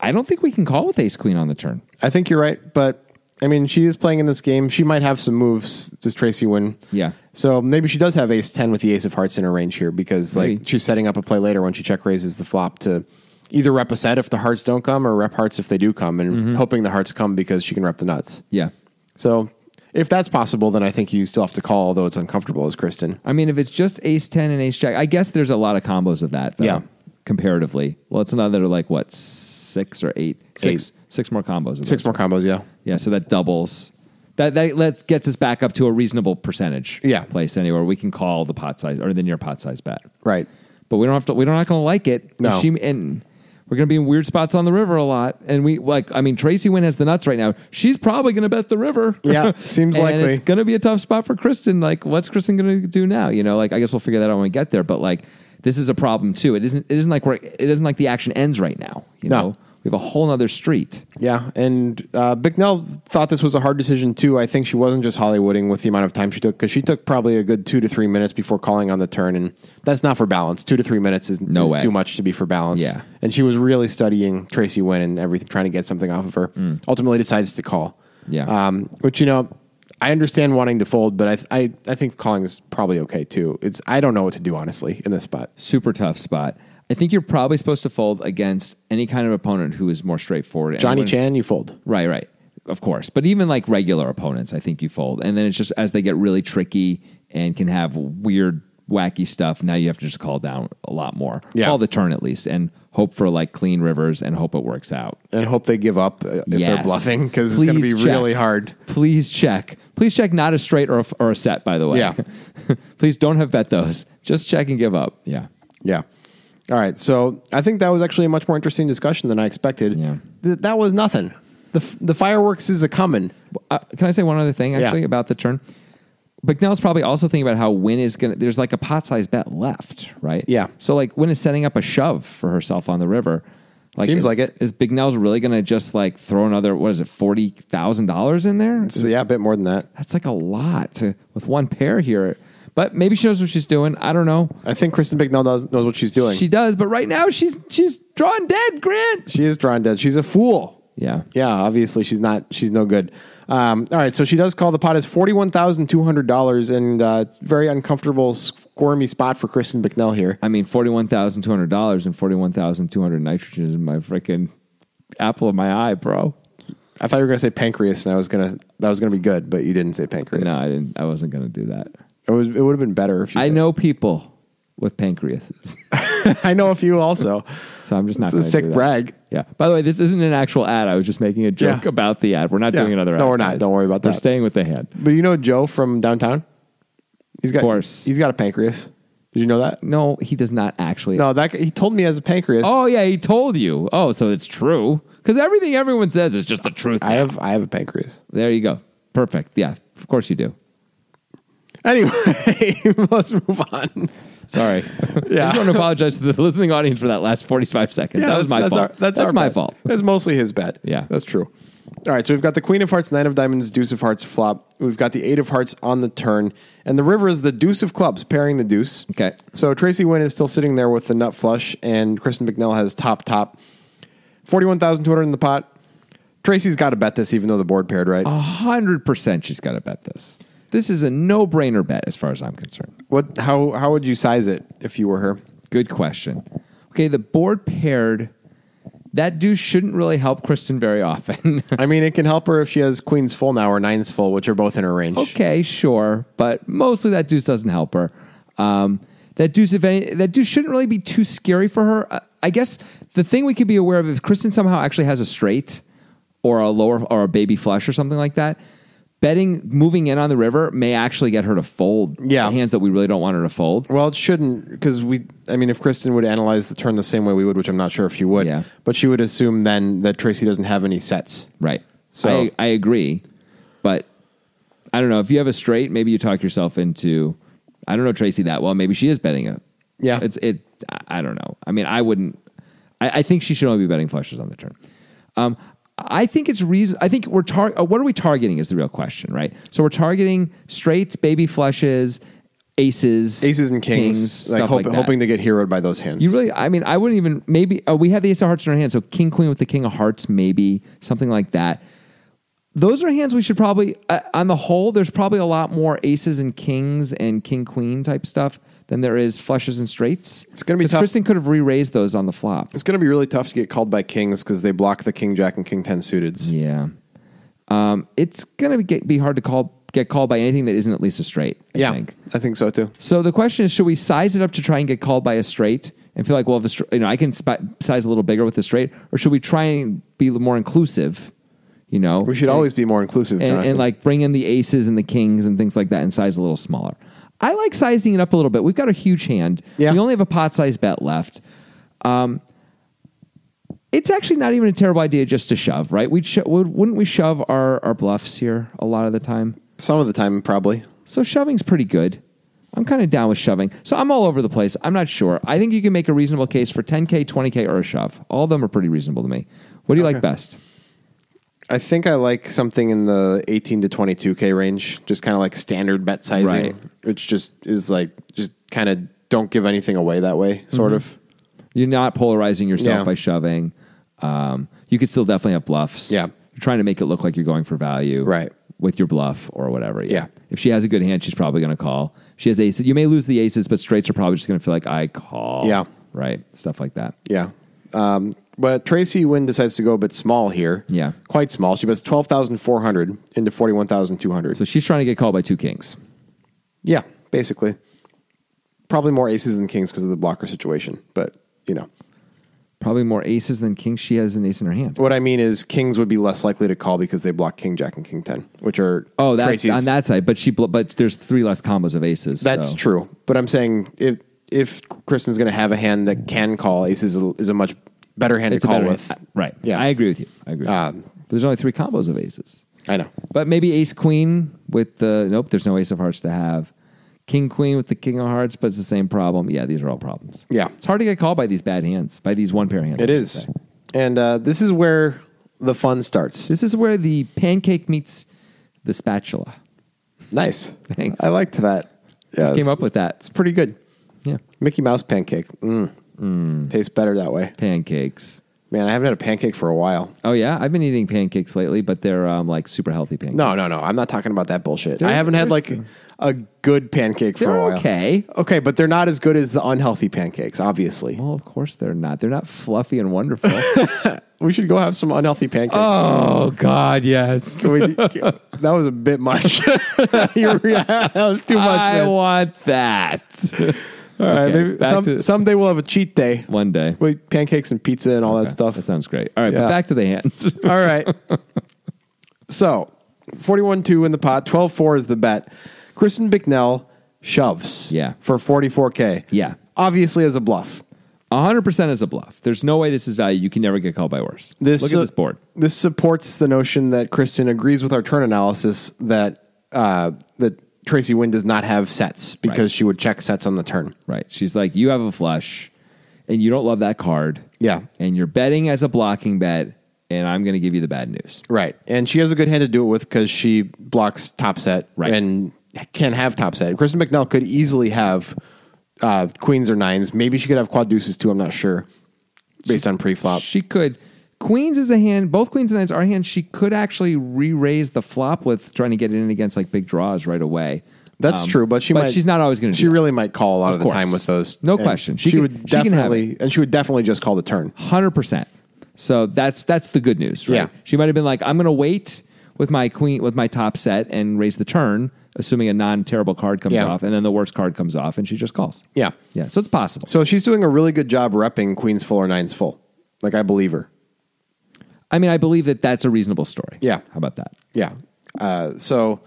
I don't think we can call with Ace Queen on the turn.
I think you're right, but I mean she is playing in this game. She might have some moves, does Tracy win?
Yeah.
So maybe she does have ace ten with the ace of hearts in her range here because like
Maybe.
she's setting up a play later when she check raises the flop to either rep a set if the hearts don't come or rep hearts if they do come and
Mm-hmm.
hoping the hearts come because she can rep the nuts.
Yeah.
So if that's possible, then I think you still have to call, although it's uncomfortable as Kristen.
I mean, if it's just Ace Ten and Ace Jack, I guess there's a lot of combos of that. Though,
Yeah.
Comparatively, well, it's another like what six or eight, six,
Eight.
six more combos. Of
Six
those.
more combos, yeah.
Yeah. So that doubles. That that lets gets us back up to a reasonable percentage.
Yeah.
Place anywhere we can call the pot size or the near pot size bet.
Right.
but we don't have to. We're not going to like it. And
No.
she and we're going to be in weird spots on the river a lot. And we like, I mean, Tracy Wynn has the nuts right now. She's probably going to bet the river.
Yeah, seems
And
likely.
It's going to be a tough spot for Kristen. Like, what's Kristen going to do now? You know, like I guess we'll figure that out when we get there. But like, this is a problem too. It isn't. It isn't like we're. It isn't like the action ends right now. You
No.
know, we have a whole nother street.
Yeah. And uh, Bicknell thought this was a hard decision, too. I think she wasn't just Hollywooding with the amount of time she took because she took probably a good two to three minutes before calling on the turn. And that's not for balance. Two to three minutes is,
No
is
way.
too much to be for balance.
Yeah.
And she was really studying Tracy Wynn and everything, trying to get something off of her. Ultimately decides to call.
Mm. Yeah.
Um, which, you know, I understand wanting to fold, but I, I, I think calling is probably okay, too. It's I don't know what to do, honestly, in this spot.
Super tough spot. I think you're probably supposed to fold against any kind of opponent who is more straightforward. And
Johnny
when-
Chan, you fold.
Right, right. Of course. But even like regular opponents, I think you fold. And then it's just as they get really tricky and can have weird, wacky stuff, now you have to just call down a lot more.
Yeah.
Call the turn at least and hope for like clean rivers and hope it works out.
and hope they give up uh, if they're
Yes.
bluffing because it's going to
Please
be
check.
really hard.
Please check. Please check not a straight or a, f- or a set, by the way.
Yeah.
Please don't have bet those. Just check and give up. Yeah.
Yeah. All right. So I think that was actually a much more interesting discussion than I expected.
Yeah.
Th- that was nothing. The, f- the fireworks is a coming.
Uh, can I say one other thing actually
Yeah.
about the turn? McNell's probably also thinking about how Win is going to, there's like a pot size bet left, right?
Yeah.
So like Win is setting up a shove for herself on the river.
Seems
is,
like it.
Is Bignell's really going to just like throw another, what is it, $40,000 in there?
So yeah, a bit more than that.
That's like a lot to, with one pair here. But maybe she knows what she's doing. I don't know.
I think Kristen Bignell knows, knows what she's doing.
She
She,
does, but right now she's she's drawn dead, Grant.
is drawn dead. She's a fool.
Yeah.
Yeah. Obviously, she's not. She's no good. Um, all right. So she does call the pot as forty one thousand two hundred dollars, and uh, it's a very uncomfortable, squirmy spot for Kristen Bicknell here.
I mean, forty-one thousand two hundred dollars and forty-one thousand two hundred nitrogen is in my freaking apple of my eye, bro.
I thought you were going to say pancreas, and I was going to that was going to be good, but you didn't say pancreas.
No, I didn't. I wasn't going to do that.
It was. It would have been better if you.
I
said-
know people with pancreases,
I know a few also.
so I'm just not.
It's a
gonna
sick
do that.
brag.
Yeah. By the way, this isn't an actual ad. I was just making a joke
Yeah.
about the ad. We're not
Yeah.
doing another.
No,
ad,
we're not.
guys.
Don't worry about
we're
that.
staying with the hand.
But you know Joe from downtown. He's got.
course.
He's got a pancreas. Did you know that?
No, he does not actually.
No, that he told me he has a pancreas.
Oh yeah, he told you. Oh, so it's true. Because everything everyone says is just the truth.
I have. I have a pancreas.
there you go. Perfect. Yeah. Of course you do.
Anyway, let's move on.
Sorry. I
Yeah.
just want to apologize to the listening audience for that last 45 seconds. that was
that's-
my
that's
fault.
Our, that's our
my
bad.
fault.
That's mostly his bet.
Yeah.
that's true. All right, so we've got the queen of hearts, nine of diamonds, deuce of hearts flop. We've got the eight of hearts on the turn, and the river is the deuce of clubs, pairing the deuce.
Okay.
So Tracy Wynn is still sitting there with the nut flush, and Kristen McNell has top top, forty one thousand two hundred in the pot. Tracy's got to bet this, even though the board paired right.
A hundred percent she's got to bet this. This is a no brainer bet as far as I'm concerned.
What? How? How would you size it if you were her?
Good question. Okay, the board paired. That deuce shouldn't really help Kristen very often.
I mean, it can help her if she has queens full now or nines full, which are both in her range.
okay, sure, but mostly that deuce doesn't help her. Um, that Deuce, if any, that Deuce shouldn't really be too scary for her. Uh, I guess the thing we could be aware of if Kristen somehow actually has a straight or a lower or a baby flush or something like that, betting moving in on the river may actually get her to fold
Yeah.
the hands that we really don't want her to fold.
Well, it shouldn't because we. I mean, if Kristen would analyze the turn the same way we would, which I'm not sure if she would,
Yeah.
but she would assume then that Tracy doesn't have any sets.
Right.
So-
I, I agree, but I don't know if you have a straight. Maybe you talk yourself into. I don't know Tracy that well. Maybe she is betting it.
Yeah.
It's it. I- I don't know. I mean, I wouldn't. I, I think she should only be betting flushes on the turn. Um, I think it's reason. I think we're tar- uh, What are we targeting? Is the real question, right? So we're targeting straights, baby flushes, aces,
Aces and kings, like,
stuff
hope,
that.
hoping to get heroed by those hands.
You really, I mean, I wouldn't even, maybe, oh, we have the ace of hearts in our hand. So king, queen with the king of hearts, maybe something like that. Those are hands we should probably, uh, on the whole, there's probably a lot more aces and kings and king, queen type stuff than there is flushes and straights.
It's gonna be
'Cause
tough.
Kristen could have re raised those on the flop.
it's going to be really tough to get called by kings because they block the king jack and king ten suiteds.
Yeah. Um, it's going to be, be hard to call, get called by anything that isn't at least a straight. I
Yeah,
think.
I think so too.
So the question is, should we size it up to try and get called by a straight and feel like, well, if a, str- you know, I can sp- size a little bigger with a straight, or should we try and be more inclusive? You know,
We should always be more inclusive.
and,
Jonathan.
and like bring in the aces and the kings and things like that and size a little smaller. I like sizing it up a little bit. We've got a huge hand.
Yeah.
We only have a pot size bet left. Um, it's actually not even a terrible idea just to shove, right? We'd sho- would, wouldn't we shove our, our bluffs here a lot of the time?
some of the time, probably.
So shoving's pretty good. I'm kind of down with shoving. So I'm all over the place. I'm not sure. I think you can make a reasonable case for 10K, 20K, or a shove. All of them are pretty reasonable to me. What do you like best?
I think I like something in the 18 to 22k range, just kind of like standard bet sizing,
Right.
which just is like just kind of don't give anything away that way,
Mm-hmm.
sort of.
You're not polarizing yourself
Yeah.
by shoving. Um, you could still definitely have bluffs.
Yeah.
You're trying to make it look like you're going for value.
Right.
With your bluff or whatever.
Yeah.
If she has a good hand, she's probably going to call. She has aces. You may lose the aces, but straights are probably just going to feel like I call.
Yeah.
Right. Stuff like that.
Yeah. Um, but Tracy Wynn decides to go a bit small here.
Yeah.
Quite small. She bets 12,400 into 41,200.
So she's trying to get called by two kings.
yeah, basically. Probably more aces than kings because of the blocker situation. But, you know,
Probably more aces than kings. She has an ace in her hand.
what I mean is kings would be less likely to call because they block king, jack, and king 10, which are
Oh, that's
Tracy's.
on that side, but she bl- but there's three less combos of aces.
That's
so-
true. But I'm saying if if Kristen's going to have a hand that can call, ace is a, is a much better hand
It's
to
a
call
better- Uh,
with.
right?
Yeah.
I agree with you. I agree.
Um,
there's only three combos of aces,
I know.
but maybe ace queen with the nope. There's no ace of hearts to have. King queen with the king of hearts, but it's the same problem. Yeah, these are all problems.
Yeah.
it's hard to get called by these bad hands, by these one pair hands. I
It
should
is.
say.
And uh, this is where the fun starts.
This is where the pancake meets the spatula.
Nice.
Thanks.
I liked that. Yeah,
Just
it's-
came up with that.
It's pretty good.
Yeah,
Mickey Mouse pancake. Mm. Tastes better that way.
pancakes.
Man, I haven't had a pancake for a while.
Oh yeah, I've been eating pancakes lately, but they're um, like super healthy pancakes.
No, no, no. I'm not talking about that bullshit. I
They're-
haven't had
they're-
like a good pancake for
they're
a while.
okay.
Okay, but they're not as good as the unhealthy pancakes, obviously.
Well, of course they're not. They're not fluffy and wonderful.
We should go have some unhealthy pancakes.
oh God, yes.
Can we- can- that was a bit much. You were- that was too much.
I
man.
want that.
All right,
Okay,
maybe
back
some,
to-
someday we'll have a cheat day
One day.
with pancakes and pizza and all that stuff.
That sounds great. All right,
Yeah.
but back to the hand.
all right. So, forty-one two in the pot. 12-4 is the bet. Kristen Bicknell shoves.
Yeah.
for forty-four k.
Yeah.
obviously as a bluff.
hundred percent is a bluff. There's no way this is value. You can never get called by worse.
This
Look
su-
at this board.
This supports the notion that Kristen agrees with our turn analysis that uh, that Tracy Wynn does not have sets because
Right.
she would check sets on the turn.
Right. She's like, you have a flush, and you don't love that card.
Yeah.
And you're betting as a blocking bet, and I'm going to give you the bad news.
Right. And she has a good hand to do it with because she blocks top set
Right.
and can have top set. Kristen McNell could easily have uh, queens or nines. Maybe she could have quad deuces too. I'm not sure based on pre flop.
She could. Queens is a hand. Both queens and nines are hands. She could actually re-raise the flop with trying to get it in against like big draws right away.
That's
Um,
true, but she might.
she's not always going to.
She really might call a lot of, the
course.
time with those.
No
And
question.
She,
She can-
would
she can have
definitely, and she would definitely just call the turn.
hundred percent. So that's that's the good news, right?
Yeah.
She might have been like, "I'm going to wait with my queen with my top set and raise the turn, assuming a non terrible card comes
Yeah.
off, and then the worst card comes off, and she just calls.
Yeah.
yeah. So it's possible.
So she's doing a really good job repping queens full or nines full. Like I believe her.
I mean, I believe that that's a reasonable story.
Yeah.
How about that?
Yeah. Uh, so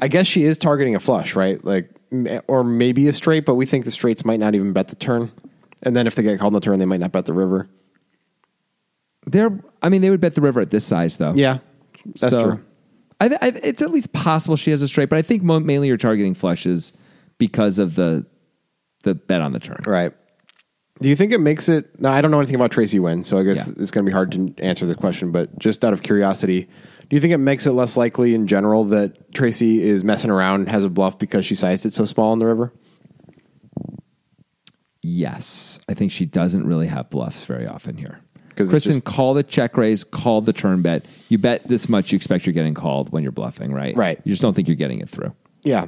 I guess she is targeting a flush, right? Like, m- or maybe a straight, but we think the straights might not even bet the turn. And then if they get called on the turn, they might not bet the river.
They're. I mean, they would bet the river at this size, though.
Yeah, that's
So,
true.
I, th- I, th- it's at least possible she has a straight, but I think mo- mainly you're targeting flushes because of the the bet on the turn.
Right. Do you think it makes it? No, I don't know anything about Tracy Wynn, so I guess
Yeah.
it's going to be hard to answer the question. But just out of curiosity, do you think it makes it less likely in general that Tracy is messing around, has a bluff because she sized it so small in the river?
Yes, I think she doesn't really have bluffs very often here.
'Cause it's
Kristen
just-
called the check raise, called the turn bet. You bet this much, you expect you're getting called when you're bluffing, right?
Right.
You just don't think you're getting it through.
Yeah.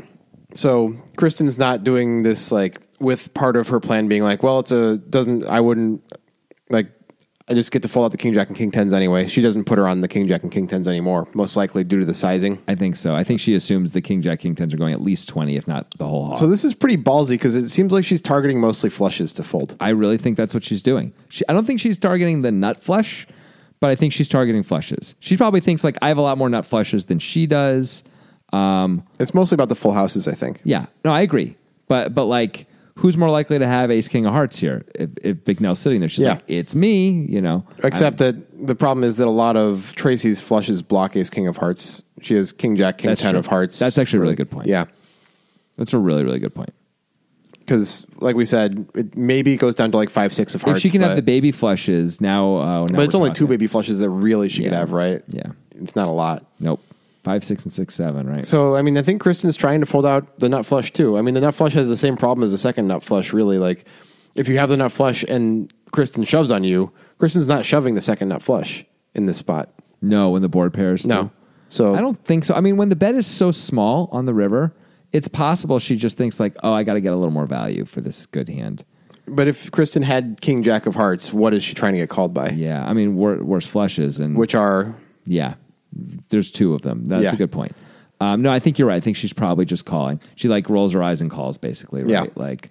So Kristen's not doing this like with part of her plan being like, well, it's a doesn't I wouldn't like I just get to fold out the king jack and king tens anyway. She doesn't put her on the king jack and king tens anymore, most likely due to the sizing.
I think so. I think she assumes the king jack king tens are going at least twenty, if not the whole hog.
So this is pretty ballsy because it seems like she's targeting mostly flushes to fold.
I really think that's what she's doing. She, I don't think she's targeting the nut flush, but I think she's targeting flushes. She probably thinks like I have a lot more nut flushes than she does.
It's mostly about the full houses, I think.
Yeah, no, I agree. But but like, who's more likely to have Ace King of Hearts here? If, if Big Nell's sitting there, she's
Yeah.
like, it's me. You know,
Except that the problem is that a lot of Tracy's flushes block ace king of hearts. She has king jack, king
That's
ten
true.
of hearts.
That's actually a really good point.
Yeah.
that's a really really good point.
Because like we said, it maybe goes down to like five, six of hearts.
if she can have
but-
the baby flushes now, uh, now
But it's
we're
only
talking.
two baby flushes that really she could have, right?
Yeah.
It's not a lot.
Nope, five, six, and six, seven. Right.
So, I mean, I think Kristen's trying to fold out the nut flush too. I mean, the nut flush has the same problem as the second nut flush, really. Like, if you have the nut flush and Kristen shoves on you, Kristen's not shoving the second nut flush in this spot.
no, when the board pairs.
No.
too.
So,
I don't think so. I mean, when the bet is so small on the river, it's possible she just thinks like, "Oh, I got to get a little more value for this good hand."
but if Kristen had King Jack of Hearts, what is she trying to get called by?
Yeah, I mean, wor- worse flushes and
Which are,
yeah, there's two of them. That's
Yeah.
a good point. Um, no, I think you're right. I think she's probably just calling. She like rolls her eyes and calls basically. Right?
Yeah.
Like,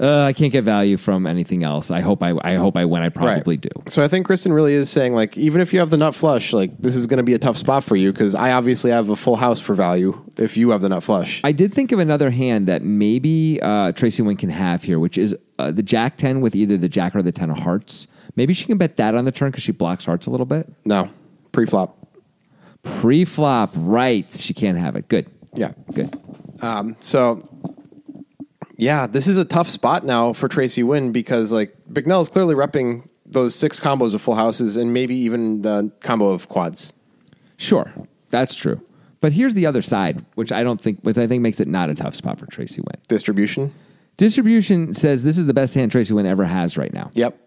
uh, I can't get value from anything else. I hope I I hope I win. I probably
right.
do.
So I think Kristen really is saying, like, even if you have the nut flush, like, this is going to be a tough spot for you because I obviously have a full house for value if you have the nut flush.
I did think of another hand that maybe uh, Tracy Wynn can have here, which is uh, the Jack Ten with either the Jack or the Ten of Hearts. Maybe she can bet that on the turn because she blocks hearts a little bit.
no, pre flop.
Pre-flop, right? She can't have it. Good.
Yeah.
Good.
So, yeah, this is a tough spot now for Tracy Wynn because like Bignell is clearly repping those six combos of full houses and maybe even the combo of quads.
Sure, that's true. But here's the other side, which I don't think, which I think makes it not a tough spot for Tracy Wynn.
Distribution.
Distribution says this is the best hand Tracy Wynn ever has right now.
Yep.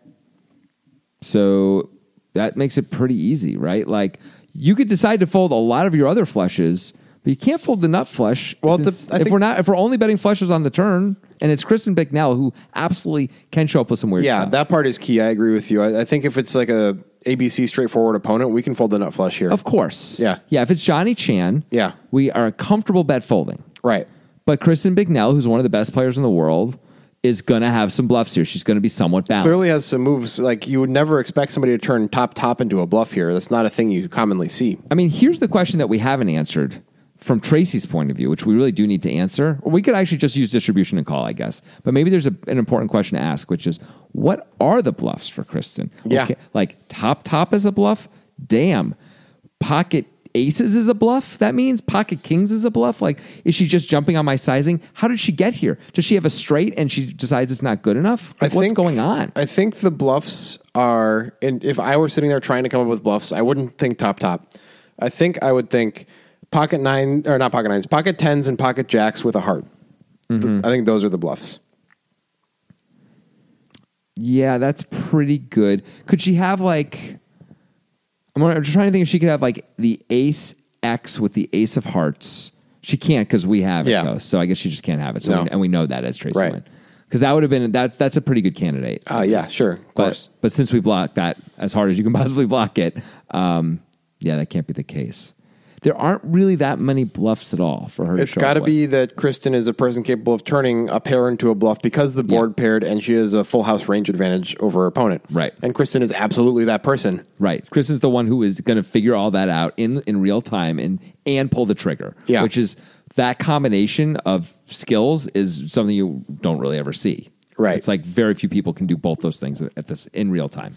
So that makes it pretty easy, right? Like you could decide to fold a lot of your other flushes, but you can't fold the nut flush.
Well, the-
since
I
if
think-
we're not, if we're only betting flushes on the turn, and it's Kristen Bicknell who absolutely can show up with some weird
Yeah,
stuff.
that part is key. I agree with you. I, I think if it's like a ABC straightforward opponent, we can fold the nut flush here.
of course.
Yeah.
yeah. If it's Johnny Chan,
Yeah.
we are a comfortable bet folding.
right.
But Kristen Bignell, who's one of the best players in the world, is going to have some bluffs here. She's going to be somewhat balanced.
Clearly has some moves like you would never expect somebody to turn top top into a bluff here. That's not a thing you commonly see.
I mean, here's the question that we haven't answered from Tracy's point of view, which we really do need to answer. Or we could actually just use distribution and call, I guess. But maybe there's a, an important question to ask, which is what are the bluffs for Kristen?
Yeah.
Like top top is a bluff? Damn. Pocket aces is a bluff? That means pocket kings is a bluff? Like, is she just jumping on my sizing? How did she get here? Does she have a straight and she decides it's not good enough? Like, what's going on?
I think the bluffs are, and if I were sitting there trying to come up with bluffs, I wouldn't think top top. I think I would think pocket nine or not pocket nines, pocket tens and pocket jacks with a heart. Th-
Mm-hmm.
I think those are the bluffs.
Yeah, that's pretty good. Could she have like? I'm, wondering- I'm just trying to think if she could have like the ace X with the ace of hearts. She can't because we have
Yeah.
it though, so I guess she just can't have it. So
No.
we, and we know that as Tracy
Right.
right. Because that would have been that's that's a pretty good candidate.
Uh, yeah, sure, of
But-
course.
But, since we blocked that as hard as you can possibly block it, um, yeah, that can't be the case. there aren't really that many bluffs at all for her.
It's
to show
got to
up with.
be that Kristen is a person capable of turning a pair into a bluff because the board paired, and she has a full house range advantage over her opponent.
Right.
And Kristen is absolutely that person.
Right. Chris is the one who is going to figure all that out in in real time and and pull the trigger.
Yeah.
Which is that combination of skills is something you don't really ever see.
Right.
It's like very few people can do both those things at this in real time.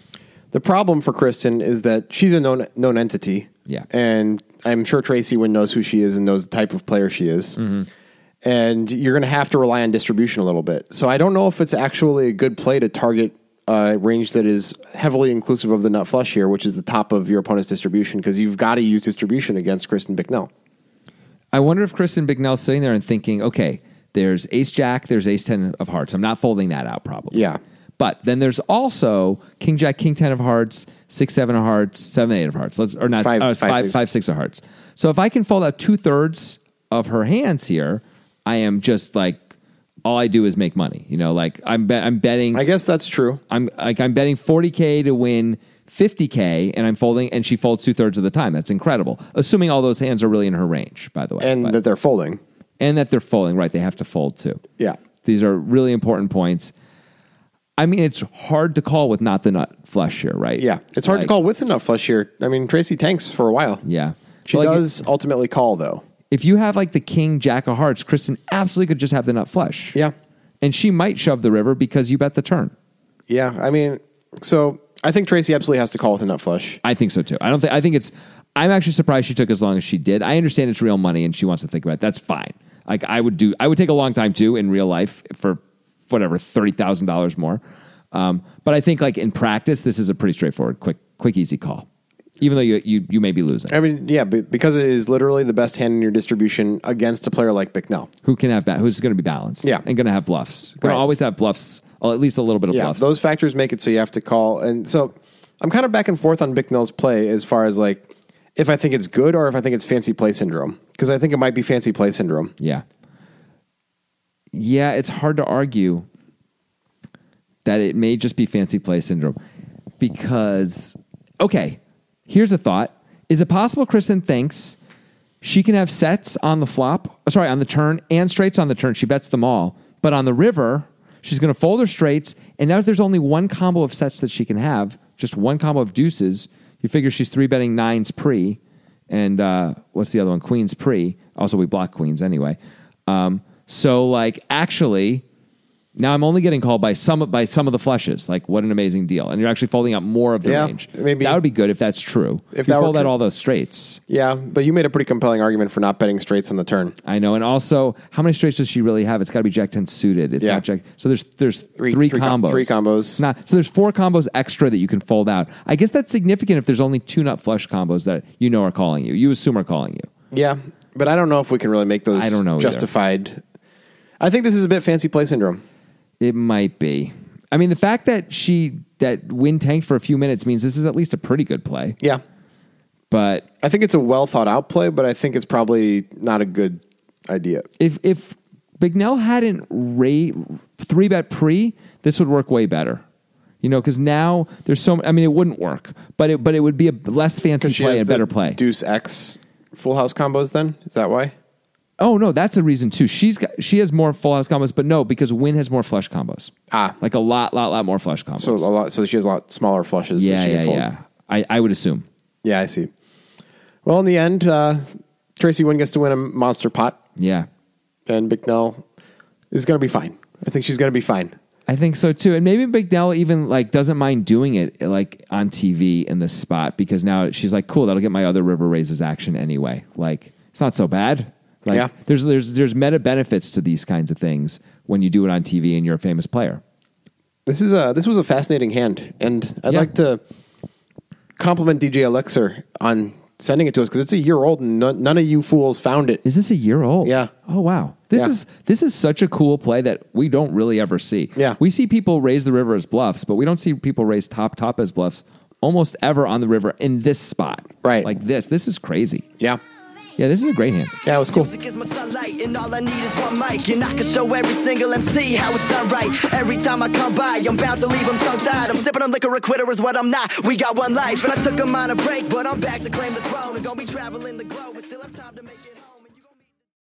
The problem for Kristen is that she's a known known entity.
Yeah.
And I'm sure Tracy Wynn knows who she is and knows the type of player she is.
Mm-hmm.
And you're going to have to rely on distribution a little bit. So I don't know if it's actually a good play to target a range that is heavily inclusive of the nut flush here, which is the top of your opponent's distribution, because you've got to use distribution against Kristen Bicknell.
I wonder if Kristen Bignell's sitting there and thinking, okay, there's ace jack, there's ace 10 of hearts. I'm not folding that out probably.
Yeah.
But then there's also king jack, king 10 of hearts, six, seven of hearts, seven, eight of hearts. Let's, or not,
Five-
oh, it's
five,
five,
six.
five, six of hearts. So if I can fold out two thirds of her hands here, I am just like, all I do is make money. You know, like I'm, bet I'm betting.
I guess that's true.
I'm like I'm betting 40k to win 50k, and I'm folding, and she folds two thirds of the time. That's incredible. Assuming all those hands are really in her range, by the way,
And
But-
that they're folding.
and that they're folding. Right, they have to fold too.
Yeah.
these are really important points. I mean, it's hard to call with not the nut flush here, right?
Yeah. It's hard
Like,
to call with enough flush here. I mean, Tracy tanks for a while.
Yeah,
She
But, like,
does ultimately call, though.
If you have like the king jack of hearts, Kristen absolutely could just have the nut flush.
Yeah.
and she might shove the river because you bet the turn.
Yeah, I mean, so I think Tracy absolutely has to call with a nut flush.
I think so too. I don't think I think it's I'm actually surprised she took as long as she did. I understand it's real money and she wants to think about it. That's fine. Like I would do I would take a long time too in real life for whatever thirty thousand dollars more. Um, but I think like in practice this is a pretty straightforward, quick, quick, easy call. Even though you you, you may be losing.
I mean, yeah, be- because it is literally the best hand in your distribution against a player like Bicknell.
Who can have ba- who's gonna be balanced?
Yeah.
And gonna have bluffs. Gonna
Right.
always have bluffs, or at least a little bit of
Yeah,
bluffs.
those factors make it so you have to call. And so I'm kind of back and forth on Bicknell's play as far as like if I think it's good or if I think it's fancy play syndrome. Because I think it might be fancy play syndrome.
Yeah. Yeah, it's hard to argue that it may just be fancy play syndrome because, okay, here's a thought. Is it possible Kristen thinks she can have sets on the flop, oh, sorry, on the turn and straights on the turn? She bets them all. But on the river, she's going to fold her straights. And now if there's only one combo of sets that she can have, just one combo of deuces, you figure she's three betting nines pre and uh, what's the other one? Queens pre. Also, we block queens anyway. Um, so, like, actually, now I'm only getting called by some by some of the flushes. Like, what an amazing deal! And you're actually folding out more of the
Yeah,
range.
maybe-
that would be good if that's true. If, you
that were
fold out
true.
all those straights,
Yeah, but you made a pretty compelling argument for not betting straights on the turn.
I know. And also, how many straights does she really have? It's got to be Jack Ten suited. It's
Yeah.
not Jack. So there's there's three,
three com-
combos.
three combos.
Not, so there's four combos extra that you can fold out. I guess that's significant if there's only two nut flush combos that you know are calling you. You assume are calling you.
Yeah, but I don't know if we can really make those
I don't know either.
justified. I think this is a bit fancy play syndrome.
It might be. I mean, the fact that she that wind tanked for a few minutes means this is at least a pretty good play.
Yeah.
But
I think it's a well thought out play, but I think it's probably not a good idea.
if if Bignell hadn't rate three bet pre, this would work way better. You know, because now there's so. I mean, it wouldn't work, but it but it would be a less fancy
She
play
has
and a
the
better play.
Deuce X full house combos. Then is that why?
Oh no, that's a reason too. She's got she has more full house combos, but no, because Win has more flush combos.
Ah.
like a lot, lot, lot more flush combos.
So a lot. So she has a lot smaller flushes. than
yeah,
she can
yeah,
fold.
yeah. I, I would assume.
Yeah, I see. Well, in the end, uh, Tracy Wynn gets to win a monster pot,
Yeah.
and McNell is going to be fine. I think she's going to be fine.
I think so too, and maybe Big Dell even like doesn't mind doing it like on TV in this spot because now she's like, cool, that'll get my other river raises action anyway. Like it's not so bad. Like
Yeah.
there's there's there's meta benefits to these kinds of things when you do it on TV and you're a famous player.
This is a this was a fascinating hand, and I'd
Yeah.
like to compliment DJ Elixir on sending it to us because it's a year old and none, none of you fools found it.
Is this a year old?
Yeah.
Oh wow. This
Yeah.
is this is such a cool play that we don't really ever see.
Yeah.
We see people raise the river as bluffs, but we don't see people raise top top as bluffs almost ever on the river in this spot.
Right.
Like this. This is crazy.
Yeah.
Yeah, this is a great hand.
Yeah, it was cool.
Music is my sunlight, and all I need is one mic. And I can show every single MC how it's done right. Every time I come by, I'm bound to leave them tongue tied. I'm sipping on liquor, a quitter is what I'm not. We got one life, and I took a minor break, but I'm back to claim the throne. And gonna be traveling the globe, and still have time to make it.